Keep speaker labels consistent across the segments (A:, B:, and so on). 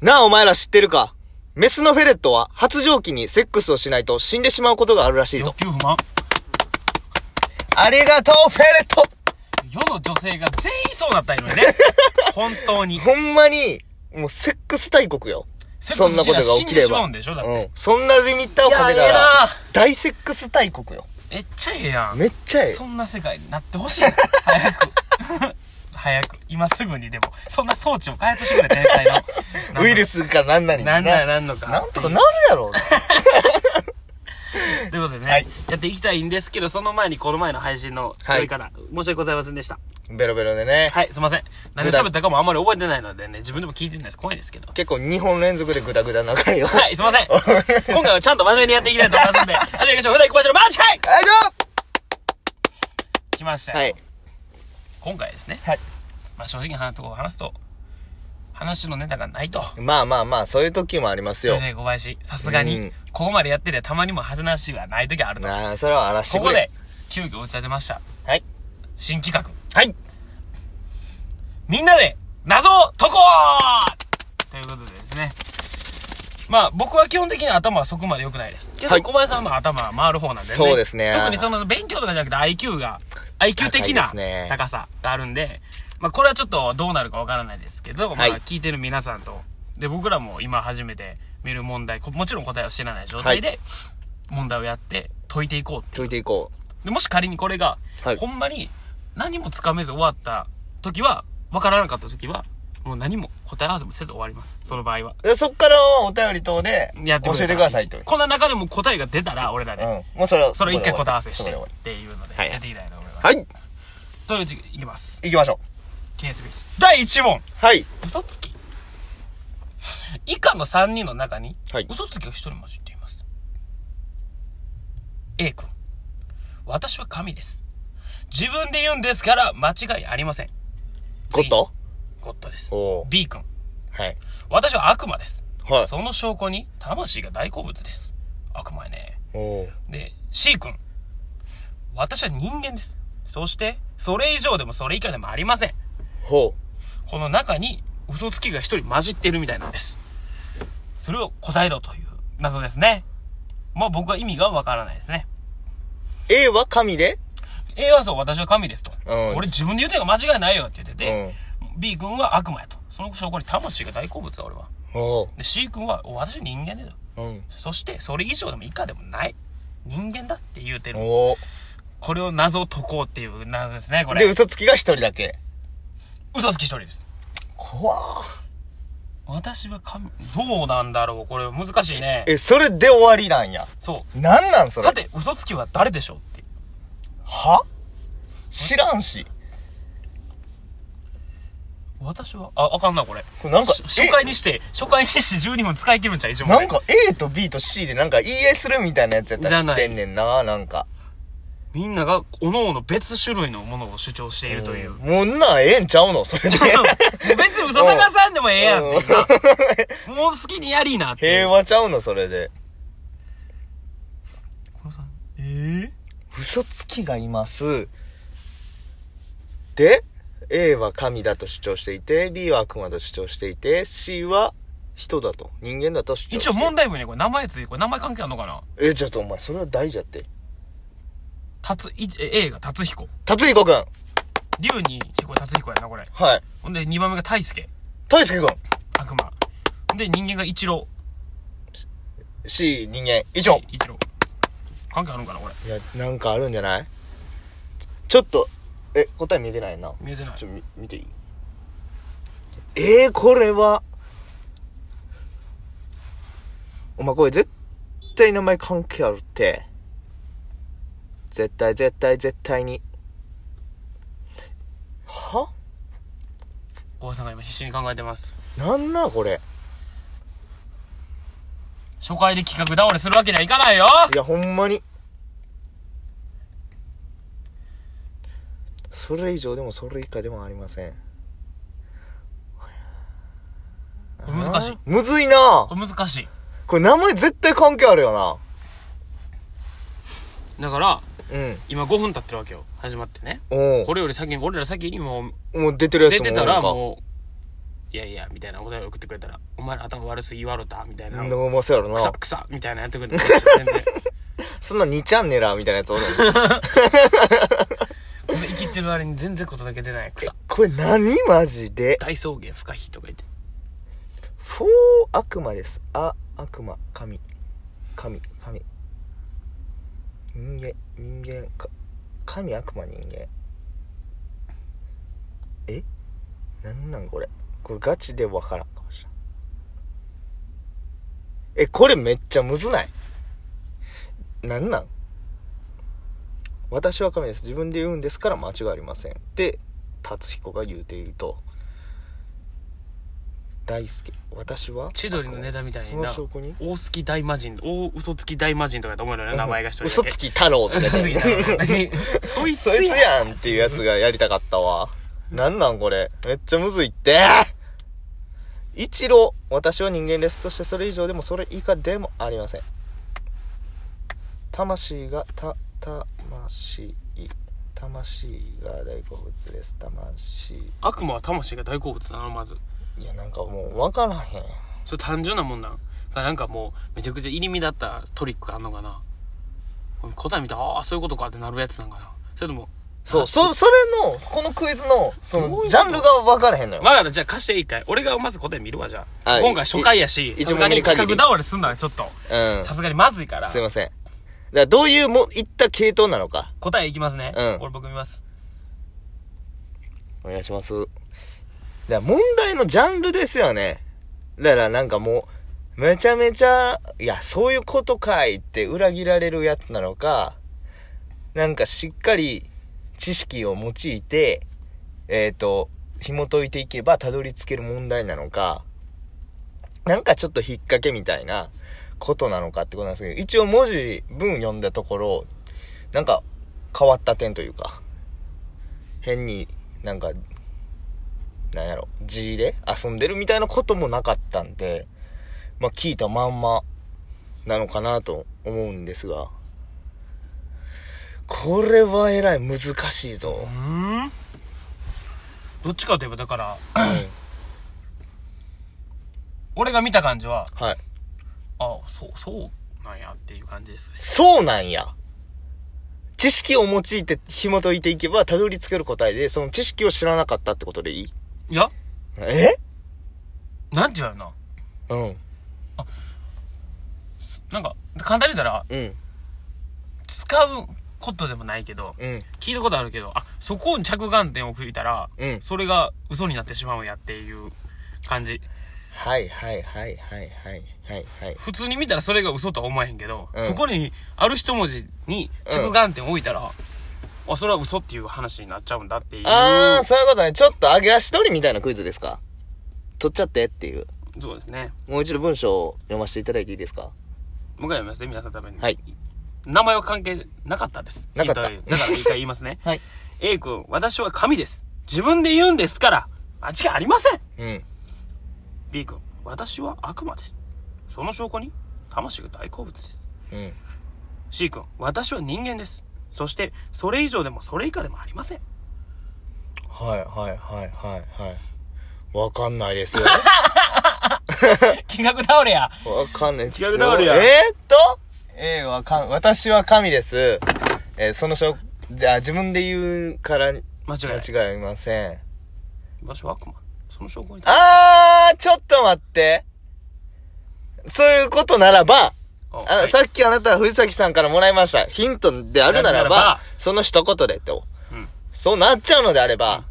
A: なあお前ら知ってるかメスのフェレットは発情期にセックスをしないと死んでしまうことがあるらしいぞ
B: 欲。求不満
A: ありがとうフェレット
B: 世の女性が全員そうだったよね。 本当に。
A: ほんまに、もうセックス大国よ。
B: セ
A: そ
B: ッ
A: ん
B: ク
A: な
B: ス
A: こと
B: し
A: が
B: たら
A: 起
B: 死ん
A: き
B: で
A: れ
B: しま
A: ば。
B: うんでしょだっ
A: う
B: て。
A: ん。そんなリミッターをかけ
B: い
A: た
B: やええ
A: ら
B: な、
A: 大セックス大国よ。
B: めっちゃええやん。
A: めっちゃええ
B: そんな世界になってほしい。早く。 早く。今すぐにでも、そんな装置を開発してくれ、天才の。
A: ウイルスか何なり
B: なんならなんのか。
A: なんとかなるやろ。
B: ということでね、
A: はい
B: やっていきたいんですけど、その前にこの前の配信の
A: はい
B: 上から、申し訳ございませんでした。
A: ベロベロでね。
B: はい、すいません。何を喋ったかもあんまり覚えてないのでね、自分でも聞いてないです。怖いですけど。
A: 結構2本連続でグダグダな回を。 は
B: はい、すい ません。今回はちゃんと真面目にやっていきたいと思いますんで、ありがとうございました。マジかい
A: よいし
B: 来ました
A: ょ
B: よ。
A: はい。
B: 今回ですね、
A: はい
B: まあ正直なところを話すと、話のネタがないと。
A: まあまあまあ、そういう時もありますよ
B: 先。生小林、さすがに、
A: うん
B: ここまでやっててたまにも話がない時あると。
A: なあ、それは荒らして
B: こ
A: く
B: こ
A: れ
B: で。、急遽打ち立てました。
A: はい。
B: 新企画。
A: はい。
B: みんなで謎を解こうということでですね。まあ僕は基本的に頭はそこまで良くないです。けど
A: はい
B: 小林さんの頭は回る方なんでね。
A: そうですね
B: 特にその勉強とかじゃなくて IQ が、IQ 的
A: 高いで
B: な
A: すね
B: 高さがあるんで、まあこれはちょっとどうなるかわからないですけど、まあ
A: はい
B: 聞いてる皆さんと、で僕らも今初めて見る問題、こもちろん答えを知らない状態で、問題をやって解いていこう
A: 解いていこう。
B: でもし仮にこれが、
A: はい
B: ほんまに何もつかめず終わった時は、わからなかった時は、もう何も答え合わせもせず終わります。その場合は。
A: でそっからはお便り等で、教
B: やってくれた
A: えてくださいと。
B: こんな中でも答えが出たら、俺ら
A: うん
B: で。。
A: もうそれは、
B: それを一回
A: ここ
B: 答
A: で
B: え合わせし
A: そこ
B: て、
A: で終
B: っ
A: わり
B: ていうので、
A: はい
B: やっていきたいと思います。
A: はい。
B: といううち、いきます。
A: 行きましょ
B: 記念すべき。第1問
A: う。はい。
B: 嘘つき。以下の3人の中に、
A: はい
B: 嘘つきが1人混じっています。A 君。私は神です。自分で言うんですから間違いありません。
A: ゴッド
B: ゴッドです
A: おう。
B: B 君。
A: はい。
B: 私は悪魔です。
A: はい
B: その証拠に、魂が大好物です。悪魔やね。
A: おー
B: で、C 君。私は人間です。そして、それ以上でもそれ以下でもありません。
A: ほ
B: この中に、嘘つきが一人混じってるみたいなんです。それを答えろという謎ですね。まあ僕は意味がわからないですね。
A: う。A は神で
B: A はそう、私は神ですと。
A: うん
B: 俺自分で言うてるから間違いないよって言ってて、B 君は悪魔やと。その証拠に魂が大好物だ、俺は。
A: お
B: で C 君は、お私は人間だよ。
A: う。うん。
B: そして、それ以上でも以下でもない。人間だって言うてる。
A: お
B: これを謎を解こうっていう謎ですね、こ
A: ーで、
B: れ。
A: 嘘つきが一人だけ。
B: 嘘つき一人です。
A: 怖
B: 私は神、どうなんだろうこれ難しいね。
A: え、それで終わりなんや。
B: そ。
A: なんなんそうれ
B: さ。て、嘘つきは誰でしょうって。
A: は知らんし。
B: 私は、あ、あかんな、これ。
A: これなんか
B: し初回にして、初回にして12分使い切るんちゃう一問
A: な
B: 目
A: ん。か A と B と C でなんか言い合いするみたいなやつやったら知ってんねんな、なんか。
B: みんなが、各々別種類のものを主張しているという。
A: もうんな、ええんちゃうのそれで。
B: 別に嘘探さんでもええやんって今。もう好きにやりーなってい う。
A: 平和ちゃうのそれで。
B: このさえ
A: 嘘つきがいます。で、A は神だと主張していて、B は悪魔だと主張していて、C は人だと、人間だと主張してい
B: 一
A: て。
B: 応問題文にこれ名前ついて、これ名前関係あるのかな
A: え、ちょっとお前、それは大事やって。
B: たつ、いえ A が達彦。
A: 達彦くん
B: 龍に彦達彦やな、これ。
A: はい。
B: ほんで、2番目が大輔。
A: 大輔くん
B: 悪魔。ほんで、人間が一郎。
A: !C、人間。以上
B: 一郎。関係あるんかな、これ。
A: いや、なんかあるんじゃないちょっと、え、答え見えてないな。
B: 見えてない
A: ちょ、み、見ていいえー、これは。お前これ絶対名前関係あるって。絶対絶対絶対に。は
B: 小林さんが今必死に考えてます。
A: なんなこれ。
B: 初回で企画倒れするわけにはいかないよ
A: いや、ほんまに。それ以上でもそれ以下でもありません。
B: これ難しい。
A: むずいな
B: これ難しい。
A: これ名前絶対関係あるよ
B: だから、
A: な。うん。
B: 今5分経ってるわけよ。始まってね。
A: おう
B: これより先に、俺ら先にもう、
A: もう出てるやつ
B: 出
A: も
B: てたら
A: おるんか
B: もう、いやいや、みたいなお便り送ってくれたら、お前ら頭悪すぎ笑った、みたいな。
A: でもまあそうやろ
B: くさ
A: な。
B: くさみたいなやってくれるの 全然。
A: そんな2チャンネラーみたいなやつおるの
B: 生きてる割に全然ことだけ出ない。くさ
A: これ何マジで
B: 大草原、不可避とか言って。
A: フォー悪魔です。あ、悪魔、神。神、神。人間、人間、か神、悪魔、人間。えなんなんこれ。これガチでわからんかもしれん。え、これめっちゃむずないなんなん私は神です。自分で言うんですから間違いありません。で、達彦が言うていると。大輔私は
B: 千鳥のネタみたいに
A: な
B: な、
A: その証拠に
B: 大好き大魔人、大嘘つき大魔人とかって思うのよね、名前が一人だけ。
A: 嘘つき太郎とか
B: 嘘つき
A: ね
B: だよ ね。そいつ
A: そいつ
B: や。
A: やんっていうやつがやりたかったわなんなんこれめっちゃむずいって一郎私は人間ですそしてそれ以上でもそれ以下でもありません魂がた魂魂が大好物です魂
B: 悪魔は魂が大好物なの、まず。
A: いやなんかもう分からへん
B: それ単純なもんなんかなんかもうめちゃくちゃ入り身だったトリックがあんのかな答え見てああそういうことかってなるやつなんかなそれとも
A: そうそそれのこのクイズのそ
B: すごい
A: の
B: な
A: ジャンルが分からへんのよ
B: まだじゃあ貸して一回俺がまず答え見るわじゃあ
A: あ
B: 今回初回やし
A: い
B: さすが
A: 一問目
B: に
A: に限り
B: 企画倒れすんのはちょっと
A: うん
B: さすがにまずいから
A: すいません。だからどういうも、いった系統なのか。
B: 答えいきますね、
A: うん
B: 俺僕見ます
A: お願いします。だから問題のジャンルですよね。だからなんかもう、めちゃめちゃ、いや、そういうことかいって裏切られるやつなのか、なんかしっかり知識を用いて、えっ、と、紐解いていけばたどり着ける問題なのか、なんかちょっと引っ掛けみたいなことなのかってことなんですけど、一応文字、文読んだところ、なんか変わった点というか、変になんか、なんやろ、字で遊んでるみたいなこともなかったんで、まあ聞いたまんまなのかなと思うんですが、これはえらい難しいぞ。
B: うーんどっちかといえばだから俺が見た感じは
A: はい。
B: ああそうそうなんやっていう感じですね
A: そうなんや。知識を用いて紐解いていけばたどり着ける答えで、その知識を知らなかったってことでいい
B: いや
A: え
B: なんて言うの
A: うん。
B: なんか簡単に言ったら
A: うん。
B: 使うことでもないけど、
A: うん。
B: 聞いたことあるけど、あ、そこに着眼点を置いたら、
A: うん
B: それが嘘になってしまうんやっていう感じ。
A: はいはいはいはいはいはいはい。
B: 普通に見たらそれが嘘とは思えへんけど、
A: うん
B: そこにある一文字に着眼点を置いたら、あ、それは嘘っていう話になっちゃうんだっていう。
A: あー、そういうことね。ちょっと揚げ足取りみたいなクイズですか取っちゃってっていう。
B: そうですね。
A: もう一度文章を読ませていただいていいですか
B: もう一回読みますね、皆さんのために。
A: はい。
B: 名前は関係なかったです。
A: なかった。
B: 聞いらだから一回言いますね
A: はい。
B: A 君、私は神です。自分で言うんですから、間違いありません
A: うん。
B: B 君、私は悪魔です。その証拠に、魂が大好物です。
A: うん。
B: C 君、私は人間です。そして、それ以上でもそれ以下でもありません。
A: はいはいはいはいはい。わかんないです よ。
B: 金額倒れや。
A: わかんないですよ。
B: 違うな俺や
A: えー、っと !A はか、私は神です。えーその証、じゃあ自分で言うから
B: 間違いない
A: 間違いありません。
B: 私は悪魔。その証拠に、
A: あー、ちょっと待って。そういうことならば、
B: あ
A: あ
B: はい
A: さっきあなたは藤崎さんからもらいました。ヒントであるならば、
B: なるならば
A: その一言でと。
B: うん
A: そうなっちゃうのであれば、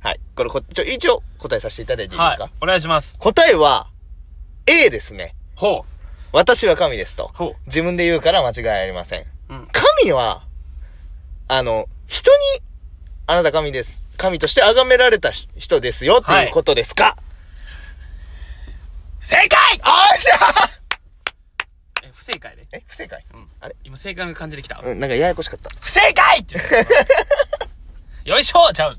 A: はい。これこ、ちょ、一応答えさせていただいていいですか、
B: はい。お願いします。
A: 答えは、A ですね。
B: ほ
A: 私は神ですと
B: ほう。
A: 自分で言うから間違いありません。
B: う。うん。
A: 神は、あの、人に、あなた神です。神として崇められたし人ですよっていうことですか、
B: 正解
A: あじゃあ
B: え、不正解ね。
A: え、不正解、あれ
B: 今正解の感じできた。
A: うん、なんかややこしかった。
B: 不正解って 言うよいしょちゃう。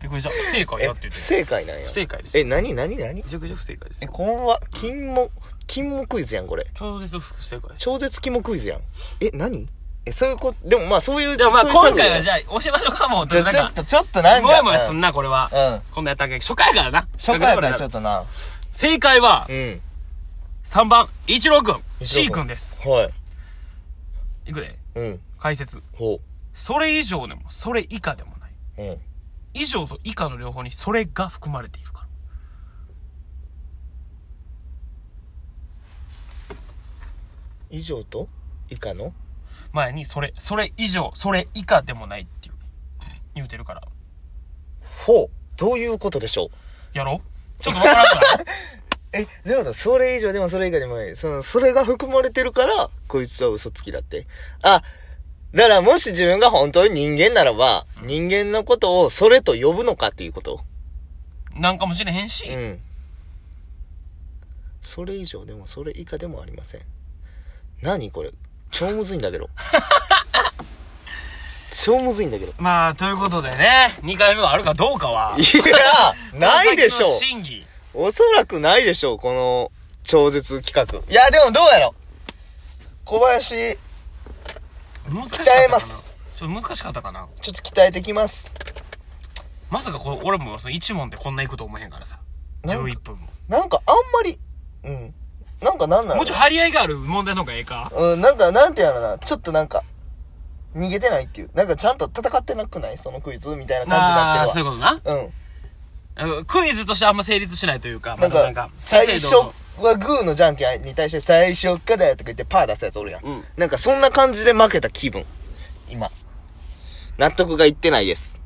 B: びっくりした。不正解
A: え
B: やって、言っ
A: 不
B: てる。
A: 正解なんや。
B: 不正解です。
A: え、なになになに
B: めちゃくちゃ不正解です
A: え、。こんは、金も、金もクイズやん、これ。
B: 超絶不正解です。
A: 超絶金もクイズやん。え、なにえ、えそういうこと、でもまあそういう、
B: でもまあ
A: そういう
B: 今
A: 類
B: 回はじゃあ、おしまいのかも、
A: ち
B: ちょ
A: ょ、
B: っと
A: ちょ
B: なん
A: っ
B: か、
A: と、ちょっとなんか。
B: もやもやすんな、これは。
A: うん。
B: こんなんやったらあかんけど初回からな。
A: 初回からちょ
B: せっ
A: っ
B: く
A: とな。
B: だから正解は
A: う、ん。
B: 3番、一郎くん。
A: 一郎
B: C くんです。
A: はい。
B: いくで、
A: うん。
B: 解説。
A: ほ
B: それ以上でも、それ以下でもない。
A: う。うん。
B: 以上と以下の両方にそれが含まれているから。
A: 以上と以下の
B: 前に、それ、それ以上、それ以下でもないっていう、言うてるから。
A: ほう。どういうことでしょう
B: やろうちょっとわからんから。
A: え、でもそれ以上でもそれ以外でもない。その、それが含まれてるから、こいつは嘘つきだって。あ、だからもし自分が本当に人間ならば、人間のことをそれと呼ぶのかっていうこと。
B: なんかもしれへんし、
A: うん。それ以上でもそれ以下でもありません。何これ超むずいんだけど。 超むずいんだけど。
B: まあ、ということでね、2回目があるかどうかは、
A: いや、ないでしょ
B: この先の審議。
A: おそらくないでしょう、この超絶企画。いや、でもどうやろ小林、
B: 難しかった
A: 鍛
B: か
A: え
B: な。
A: ます
B: ちょっと難しかったかな。
A: ちょっと鍛えてきます。
B: まさかこれ、俺もその1問でこんな行くと思えへんからさ。
A: なんか
B: 11分も。
A: なんかあんまり、うん。なんかなんな
B: も
A: の
B: うちょい張り合いがある問題の方がええか
A: うん、なんか、なんてやろな。ちょっとなんか、逃げてないっていう。なんかちゃんと戦ってなくないそのクイズみたいな感じになっ
B: ああ、
A: て
B: そうい
A: る
B: うことな。
A: わ。うん。
B: うんクイズとしてあんま成立しないというか、
A: な
B: ま
A: ん
B: だ
A: か、
B: なんか、
A: 最
B: 先
A: 初
B: 生どうぞ
A: はグーのじゃんけんに対して最初からとか言ってパー出すやつおるやん。
B: うん
A: なんかそんな感じで負けた気分。今。納得がいってないです。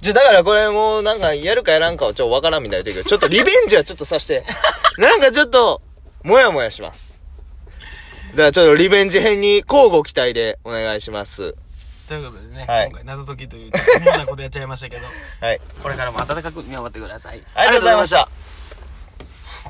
A: じゃ、だからこれもうなんかやるかやらんかはちょっとわからんみたいだけど、ちょっとリベンジはちょっとさ して。なんかちょっと、もやもやします。だからちょっとリベンジ編に交互期待でお願いします。
B: ということでね、
A: はい
B: 今回謎解きという、ちょっと無駄なことやっちゃいましたけど、
A: はい。
B: これからも温かく見守ってください。
A: ありがとうございました。